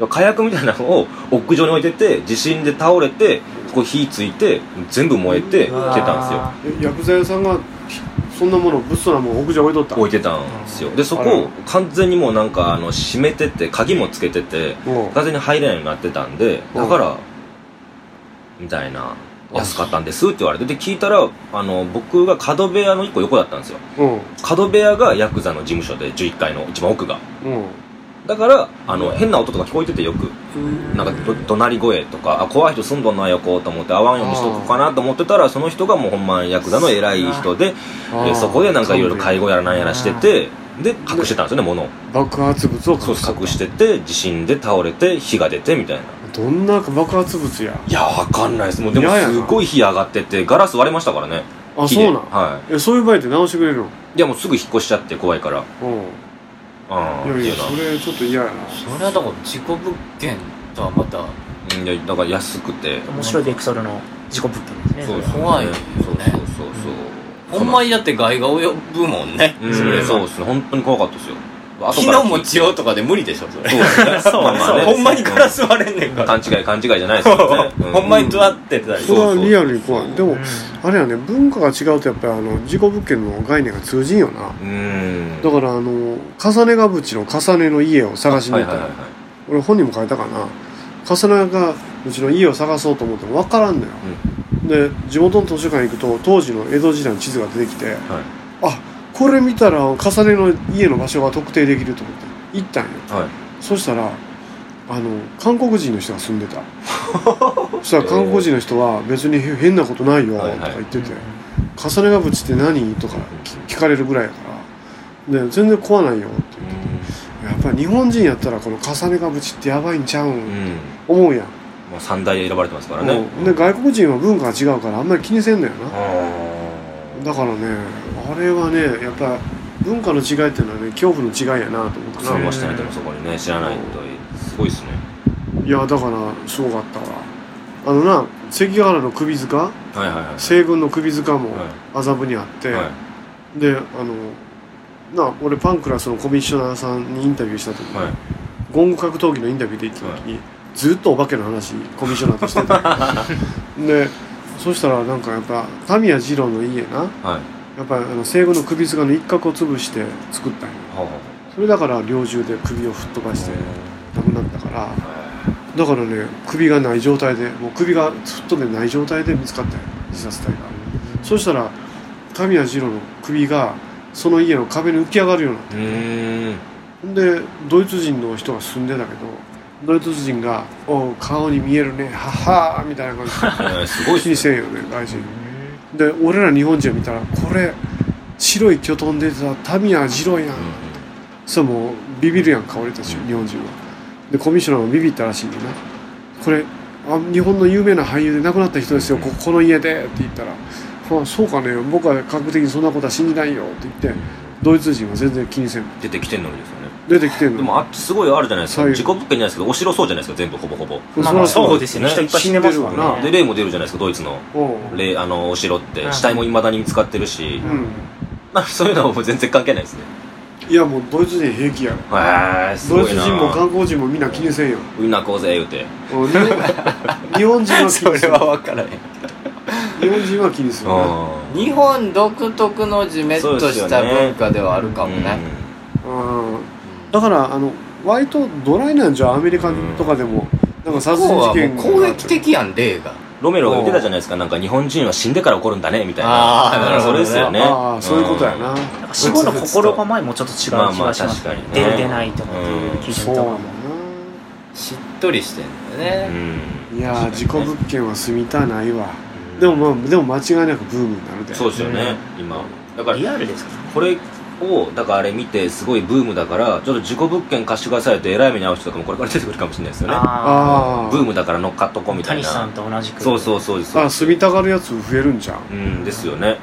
[SPEAKER 8] おう
[SPEAKER 3] 火薬みたいなのを屋上に置いてて地震で倒れてそこ火ついて全部燃えて来て
[SPEAKER 8] うわ
[SPEAKER 3] たんですよ
[SPEAKER 8] え薬剤屋さんがひそんなもの物騒なもん屋上置いとった
[SPEAKER 3] 置いてたんですよでそこを完全にもうなんかあの閉めてて鍵もつけてて
[SPEAKER 8] おう
[SPEAKER 3] 完全に入れないようになってたんで
[SPEAKER 8] うん
[SPEAKER 3] だからみたいな安かったんですって言われてで聞いたらあの僕が角部屋の1個横だったんですよ
[SPEAKER 8] うん
[SPEAKER 3] 角部屋がヤクザの事務所で11階の一番奥が
[SPEAKER 8] うん
[SPEAKER 3] だからあの変な音とか聞こえててよくなんかど怒鳴り声とかあ怖い人住んどんな横と思って会わんようにしとこうかなと思ってたらその人がもうほんまヤクザの偉い人で
[SPEAKER 8] あ
[SPEAKER 3] で
[SPEAKER 8] ー
[SPEAKER 3] そこでなんかいろいろ介護やらなんやらしててで隠してたんですよね物を
[SPEAKER 8] 爆発物を隠
[SPEAKER 3] そう
[SPEAKER 8] す
[SPEAKER 3] 隠してて地震で倒れて火が出てみたいな
[SPEAKER 8] どんな爆発物や
[SPEAKER 3] いやわかんないですもうでも
[SPEAKER 8] 嫌やな
[SPEAKER 3] すごい火上がっててガラス割れましたからね
[SPEAKER 8] あ
[SPEAKER 3] 火
[SPEAKER 8] そ
[SPEAKER 3] で
[SPEAKER 8] うなん、
[SPEAKER 3] は
[SPEAKER 8] えそういう場合って直してくれるの
[SPEAKER 3] いいやもうすぐ引っ越しちゃって怖いから
[SPEAKER 8] うん
[SPEAKER 3] ああ
[SPEAKER 8] いやいやそれちょっと嫌やな
[SPEAKER 2] それはだから事故物件とはまた
[SPEAKER 3] うんいやだから安くて
[SPEAKER 4] 面白いベクソルの事故物件ですね
[SPEAKER 3] そう
[SPEAKER 2] す怖いよね
[SPEAKER 3] そうそうそうそう
[SPEAKER 2] ほんまにだって害が及ぶもんね、
[SPEAKER 3] うん
[SPEAKER 2] それは
[SPEAKER 3] そうですね本当に怖かったですよ後
[SPEAKER 2] 火
[SPEAKER 3] から
[SPEAKER 2] の持ちようとかで無理でしょそれ
[SPEAKER 3] そうですね
[SPEAKER 2] そう、
[SPEAKER 3] まあまあね
[SPEAKER 2] ほんまにガラス割れんねんから
[SPEAKER 3] 勘違い勘違いじゃないですよね、
[SPEAKER 2] ほんまに座ってたり
[SPEAKER 8] そ
[SPEAKER 3] そ
[SPEAKER 8] れ
[SPEAKER 3] うそう
[SPEAKER 8] はリアルに怖いでも、
[SPEAKER 4] うん
[SPEAKER 8] あれやね文化が違うとやっぱりあの事故物件の概念が通じんよな
[SPEAKER 3] うん
[SPEAKER 8] だからあの重ねが淵の重ねの家を探しに
[SPEAKER 3] は
[SPEAKER 8] 行
[SPEAKER 3] い
[SPEAKER 8] った
[SPEAKER 3] はい
[SPEAKER 8] ら、
[SPEAKER 3] はいはい
[SPEAKER 8] 俺本にも書いたかな重ねが淵の家を探そうと思っても分からんのよ、で地元の図書館行くと当時の江戸時代の地図が出てきて、あこれ見たら重ねの家の場所が特定できると思って行ったんよ
[SPEAKER 3] はい
[SPEAKER 8] そしたらあの韓国人の人が住んで たそしたら韓国人の人は別に変なことないよと
[SPEAKER 3] はい
[SPEAKER 8] か
[SPEAKER 3] はい
[SPEAKER 8] 言ってて「重ねが淵って何?」とか聞かれるぐらいやからで全然怖ないよって言ってやっぱ日本人やったらこの重ねがぶちってやばいんちゃうん、
[SPEAKER 3] うん
[SPEAKER 8] 思うやん、
[SPEAKER 3] まあ、三大選ばれてますからね
[SPEAKER 8] うんで外国人は文化が違うからあんまり気にせんのやな、
[SPEAKER 3] あ
[SPEAKER 8] だからねあれはねやっぱ文化の違いっていうのはね恐怖の違いやなと思っ
[SPEAKER 3] あ
[SPEAKER 8] た
[SPEAKER 3] そ
[SPEAKER 8] な、
[SPEAKER 3] うましたねでもそこにね知らないとすごいですね
[SPEAKER 8] いやだからすごかったわあのな関ヶ原の首塚
[SPEAKER 3] はいはいはい
[SPEAKER 8] 西軍の首塚も
[SPEAKER 3] はい
[SPEAKER 8] 麻布にあって、
[SPEAKER 3] はい
[SPEAKER 8] であのな俺パンクラスのコミッショナーさんにインタビューした時に、
[SPEAKER 3] はい
[SPEAKER 8] ゴング格闘技のインタビューで行った時に、ずっとお化けの話コミッショナーとしてたでそしたらなんかやっぱ田宮二郎の家な
[SPEAKER 3] はい
[SPEAKER 8] やっぱりあの西軍の首塚の一角を潰して作ったんよ
[SPEAKER 3] はあは
[SPEAKER 8] それだから猟銃で首を吹っ飛ばして亡くなったからだからね首がない状態でもう首が吹っ飛んでない状態で見つかったよ自殺体がそしたら田宮二郎の首がその家の壁に浮き上がるようになっ
[SPEAKER 3] あうーん
[SPEAKER 8] たんでドイツ人の人が住んでたけどドイツ人が「おう顔に見えるねはっはー」みたいな感じ で
[SPEAKER 3] えーすごいっ
[SPEAKER 8] 気に
[SPEAKER 3] すね
[SPEAKER 8] せんよね外人で俺ら日本人を見たらこれ白い巨トンで出たタミヤ二郎やん、そうもうビビるやんか俺たち日本人はでコミッショナーもビビったらしいんだなこれあ日本の有名な俳優で亡くなった人ですよここの家でって言ったら「あそうかね僕は科学的にそんなことは信じないよ」って言ってドイツ人は全然気にせん
[SPEAKER 3] 出てきてんのにですよね
[SPEAKER 8] 出てきてんの
[SPEAKER 3] でもあっちすごいあるじゃないですか
[SPEAKER 8] はい
[SPEAKER 3] 事故物件じゃないですけどお城そうじゃないですか全部ほぼほぼ
[SPEAKER 4] まあまあそうですよね。人いっぱい死んでますもん
[SPEAKER 8] 死んでるわな
[SPEAKER 3] で
[SPEAKER 4] ね。
[SPEAKER 3] 例も出るじゃないですかドイツの
[SPEAKER 8] おう
[SPEAKER 3] 例あのお城って
[SPEAKER 4] うん
[SPEAKER 3] 死体もいまだに見つかってるし
[SPEAKER 8] うん
[SPEAKER 3] まあそういうのはもう全然関係な いですね
[SPEAKER 8] いやもうドイツ人平気やん
[SPEAKER 3] へえす
[SPEAKER 8] ドイ
[SPEAKER 3] ごい
[SPEAKER 8] ツ
[SPEAKER 3] な
[SPEAKER 8] 人も韓国人もみんな気にせんよ
[SPEAKER 3] ウインナーこうぜ言うて
[SPEAKER 8] うん日本日 本人は気
[SPEAKER 9] そ
[SPEAKER 8] にす
[SPEAKER 9] れ
[SPEAKER 8] る
[SPEAKER 9] は分からへん
[SPEAKER 8] 日本人は気にするね
[SPEAKER 3] うん
[SPEAKER 2] 日本独特のジメッとした文化ではあるかもね
[SPEAKER 8] うんだからあの割とドライなんじゃうアメリカとかでも、なん
[SPEAKER 9] 向
[SPEAKER 8] か殺人
[SPEAKER 9] こう
[SPEAKER 8] 事
[SPEAKER 9] は
[SPEAKER 8] 件
[SPEAKER 9] もう攻撃的やん例が
[SPEAKER 3] ロメロが言ってたじゃないですかなんか日本人は死んでから怒るんだねみたいな
[SPEAKER 9] あーなるほ
[SPEAKER 3] そ
[SPEAKER 9] ど
[SPEAKER 3] れ
[SPEAKER 9] ね
[SPEAKER 3] ですよね
[SPEAKER 8] ああそういうことやな、
[SPEAKER 4] なんか死後の心構えもちょっと違う気がします
[SPEAKER 3] まあまあ確かに
[SPEAKER 4] ね
[SPEAKER 3] ね。
[SPEAKER 4] 出る出ないとかっていう基
[SPEAKER 8] そ
[SPEAKER 4] 準
[SPEAKER 8] う
[SPEAKER 4] と
[SPEAKER 8] や
[SPEAKER 4] か
[SPEAKER 8] な
[SPEAKER 4] も。
[SPEAKER 2] しっとりしてんだ
[SPEAKER 3] う
[SPEAKER 2] よね、
[SPEAKER 3] ん
[SPEAKER 8] いやー事故物件は住みたないわでもまあでも間違いなくブームになるで
[SPEAKER 3] そうですよね今だから
[SPEAKER 4] リアルですからね。
[SPEAKER 3] これをだからあれ見てすごいブームだからちょっと事故物件貸してくださいって偉い目に遭う人とかもこれから出てくるかもしれないですよね
[SPEAKER 4] あ
[SPEAKER 8] あ
[SPEAKER 3] ブームだから乗っかっとこう
[SPEAKER 4] あ、
[SPEAKER 3] みたい
[SPEAKER 4] 谷さん
[SPEAKER 3] な
[SPEAKER 4] と同じく。
[SPEAKER 3] そうそうそうです
[SPEAKER 8] ああ住みたがるやつ増えるんじゃん
[SPEAKER 3] うんですよね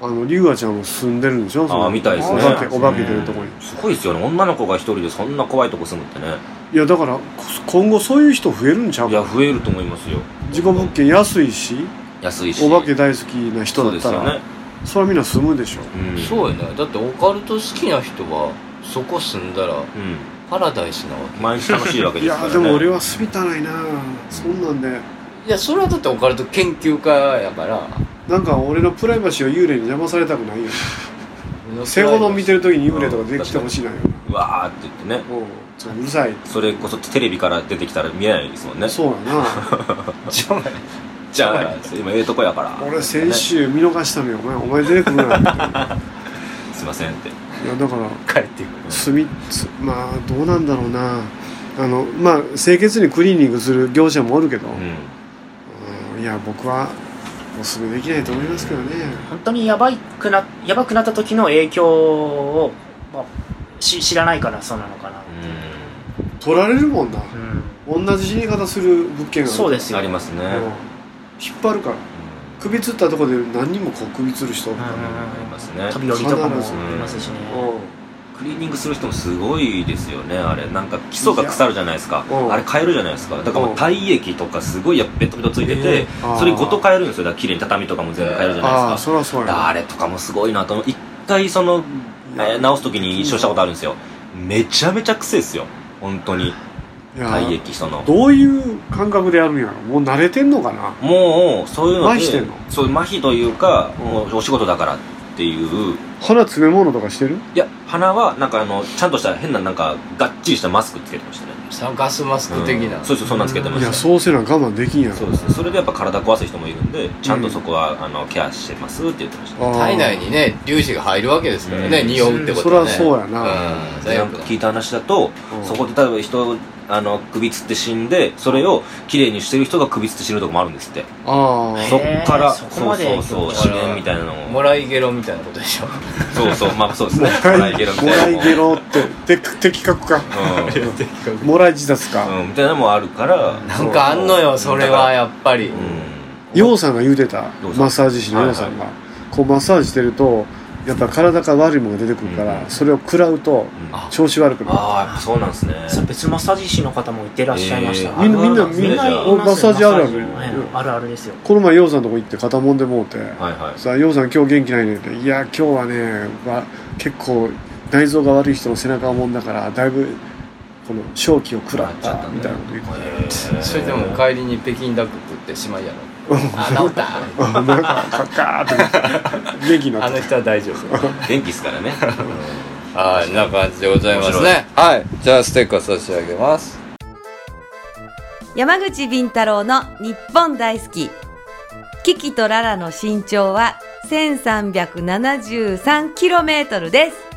[SPEAKER 8] あの龍河ちゃんも住んでるんでしょその
[SPEAKER 3] ああみたいですね
[SPEAKER 8] お化けお化け出るとこに、
[SPEAKER 3] うんすごいですよね女の子が一人でそんな怖いとこ住むってね
[SPEAKER 8] いやだからこ今後そういう人増えるんちゃう
[SPEAKER 3] いや増えると思いますよ
[SPEAKER 8] 事故物件安いし
[SPEAKER 3] 安いし
[SPEAKER 8] お化け大好きな人
[SPEAKER 3] そ
[SPEAKER 8] だ
[SPEAKER 3] うで
[SPEAKER 8] っ
[SPEAKER 3] す
[SPEAKER 8] た
[SPEAKER 3] よ
[SPEAKER 8] ら
[SPEAKER 3] ね
[SPEAKER 8] それはみんな住むでしょ
[SPEAKER 3] うん
[SPEAKER 2] そうよねだってオカルト好きな人はそこ住んだら
[SPEAKER 3] うん
[SPEAKER 2] パラダイスなわ
[SPEAKER 3] 毎日楽しいわけ
[SPEAKER 8] い
[SPEAKER 3] ですから
[SPEAKER 8] や
[SPEAKER 3] ね
[SPEAKER 8] でも俺は住みたないなそんなんで
[SPEAKER 2] けいやそれはだってオカルト研究家やから
[SPEAKER 8] なんか俺のプライバシーを幽霊に邪魔されたくないよセゴの見てる時に幽霊とか出てきてほしいなよ
[SPEAKER 3] うわーって言ってね
[SPEAKER 8] おうちょっとうるさい
[SPEAKER 3] それこそテレビから出てきたら見えないですもんね
[SPEAKER 8] そうや
[SPEAKER 3] じゃあ今ええとこやから
[SPEAKER 8] な俺先週見逃したのよお前お前出てくるなっていや
[SPEAKER 3] すいませんって
[SPEAKER 8] だから
[SPEAKER 9] 帰っていく
[SPEAKER 8] 住みつまあどうなんだろうなあのまあ清潔にクリーニングする業者もおるけど、
[SPEAKER 3] うん
[SPEAKER 8] うんいや僕はおすすめできないと思いますけどね
[SPEAKER 4] 本当にやばいくな、やばくなった時の影響を、まあ、し知らないからそうなのかな。
[SPEAKER 3] う
[SPEAKER 8] 取られるもんな
[SPEAKER 4] うん。
[SPEAKER 8] 同じ死に方する物件が
[SPEAKER 4] そう
[SPEAKER 8] で
[SPEAKER 4] です
[SPEAKER 3] んあ
[SPEAKER 4] よ。
[SPEAKER 3] りますね
[SPEAKER 8] 引っ張るから
[SPEAKER 3] うん
[SPEAKER 8] 首つったとこで何人もこう首つる人おった
[SPEAKER 4] う
[SPEAKER 8] か
[SPEAKER 4] ん
[SPEAKER 8] ら
[SPEAKER 3] ありますね
[SPEAKER 4] 飛び降りとかもいますしね。
[SPEAKER 3] クリーニングする人もすごいですよねあれなんか基礎が腐るじゃないですか
[SPEAKER 8] うん
[SPEAKER 3] あれ変えるじゃないですかだからも
[SPEAKER 8] う
[SPEAKER 3] うん体液とかすごいやっべとべとついて
[SPEAKER 9] え
[SPEAKER 3] て
[SPEAKER 8] あー
[SPEAKER 3] それごと変えるんですよだから綺麗に畳とかも全部変えるじゃない
[SPEAKER 8] ああ
[SPEAKER 3] ですか
[SPEAKER 8] そりゃそうや
[SPEAKER 3] だからあ
[SPEAKER 8] な
[SPEAKER 3] れとかもすごいなと思う一回そのえー直す時に一緒したことあるんですよめちゃめちゃ癖ですよ本当に
[SPEAKER 8] いや
[SPEAKER 3] 体液その
[SPEAKER 8] どういう感覚でやるんやろもう慣れてんのかな
[SPEAKER 3] もうそういうので
[SPEAKER 8] 麻痺してんの
[SPEAKER 3] そう麻痺というかもうお仕事だからっていう
[SPEAKER 8] 鼻詰め物とかしてる
[SPEAKER 3] いや鼻はなんかあのちゃんとした変ななんかがっちりしたマスクつけてましたね
[SPEAKER 2] そのガスマスク的な、
[SPEAKER 3] うんそうそうそんなんつけてま
[SPEAKER 8] い
[SPEAKER 3] し
[SPEAKER 8] や
[SPEAKER 3] た
[SPEAKER 8] そうせな我慢できんやろ
[SPEAKER 3] そうですねそれでやっぱ体壊す人もいるんでちゃんとそこは、あのケアしてますって言ってました、ね、
[SPEAKER 8] あー
[SPEAKER 2] 体内にね粒子が入るわけですからね、
[SPEAKER 3] うん
[SPEAKER 2] 匂うってこと
[SPEAKER 8] そり
[SPEAKER 2] は
[SPEAKER 8] ゃ
[SPEAKER 2] ね
[SPEAKER 8] そう
[SPEAKER 2] う
[SPEAKER 8] やな、
[SPEAKER 2] ん
[SPEAKER 3] で
[SPEAKER 2] 大
[SPEAKER 3] なん
[SPEAKER 2] 学
[SPEAKER 3] か聞いた話だと、
[SPEAKER 8] うん
[SPEAKER 3] そこで例えば人あの首つって死んでそれを綺麗にしてる人が首つって死ぬとこもあるんですって
[SPEAKER 2] あ
[SPEAKER 3] そっから
[SPEAKER 4] へーそこまで
[SPEAKER 3] そうそう
[SPEAKER 2] 影響
[SPEAKER 3] そう自然みたいなの
[SPEAKER 2] あ
[SPEAKER 3] を
[SPEAKER 2] もらいゲロみたいなことでしょ
[SPEAKER 3] そうそうまあそうですね
[SPEAKER 8] もらい
[SPEAKER 3] ゲロみ
[SPEAKER 8] もら
[SPEAKER 3] たい
[SPEAKER 8] い
[SPEAKER 3] な
[SPEAKER 8] ゲロってて的確かもらい自殺か、
[SPEAKER 3] うん、うん、みたいなのもあるから
[SPEAKER 2] なんかあんのよそれはやっぱり
[SPEAKER 3] うん
[SPEAKER 8] ヨウさんが言うてた
[SPEAKER 3] ヨウさん
[SPEAKER 8] マッサージ師のヨウさんが、こうマッサージしてるとやっぱ体が悪いものが出てくるから、
[SPEAKER 3] うん
[SPEAKER 8] それを食らうと
[SPEAKER 3] うんあ
[SPEAKER 8] 調子悪くな
[SPEAKER 3] あーやっぱそうなんですね
[SPEAKER 4] それ別のマッサージ師の方もいてらっしゃいました、
[SPEAKER 8] るみんなみんな
[SPEAKER 3] あそうなんですね
[SPEAKER 8] みんな
[SPEAKER 3] じゃあ
[SPEAKER 8] おマッサージあるある、
[SPEAKER 4] マッサージはいあるあるですよ
[SPEAKER 8] この前ヨウさんのとこ行って肩もんでもうて、
[SPEAKER 3] はいはい
[SPEAKER 8] さあヨウさん今日元気ないねっていや今日はね、わ結構内臓が悪い人の背中をもんだからだいぶこの正気を食らったみたいなこと言って
[SPEAKER 2] それでも帰りに北京ダック食ってしまいやろ あ治った
[SPEAKER 8] なんかカッカーって元気にな
[SPEAKER 2] あ
[SPEAKER 8] って
[SPEAKER 2] の人は大丈夫
[SPEAKER 3] 元気ですからね
[SPEAKER 2] はいな感じでございますね
[SPEAKER 10] はいじゃあステッカー差し上げます
[SPEAKER 7] 山口敏太郎の日本大好き。キキとララの身長は 1373km です。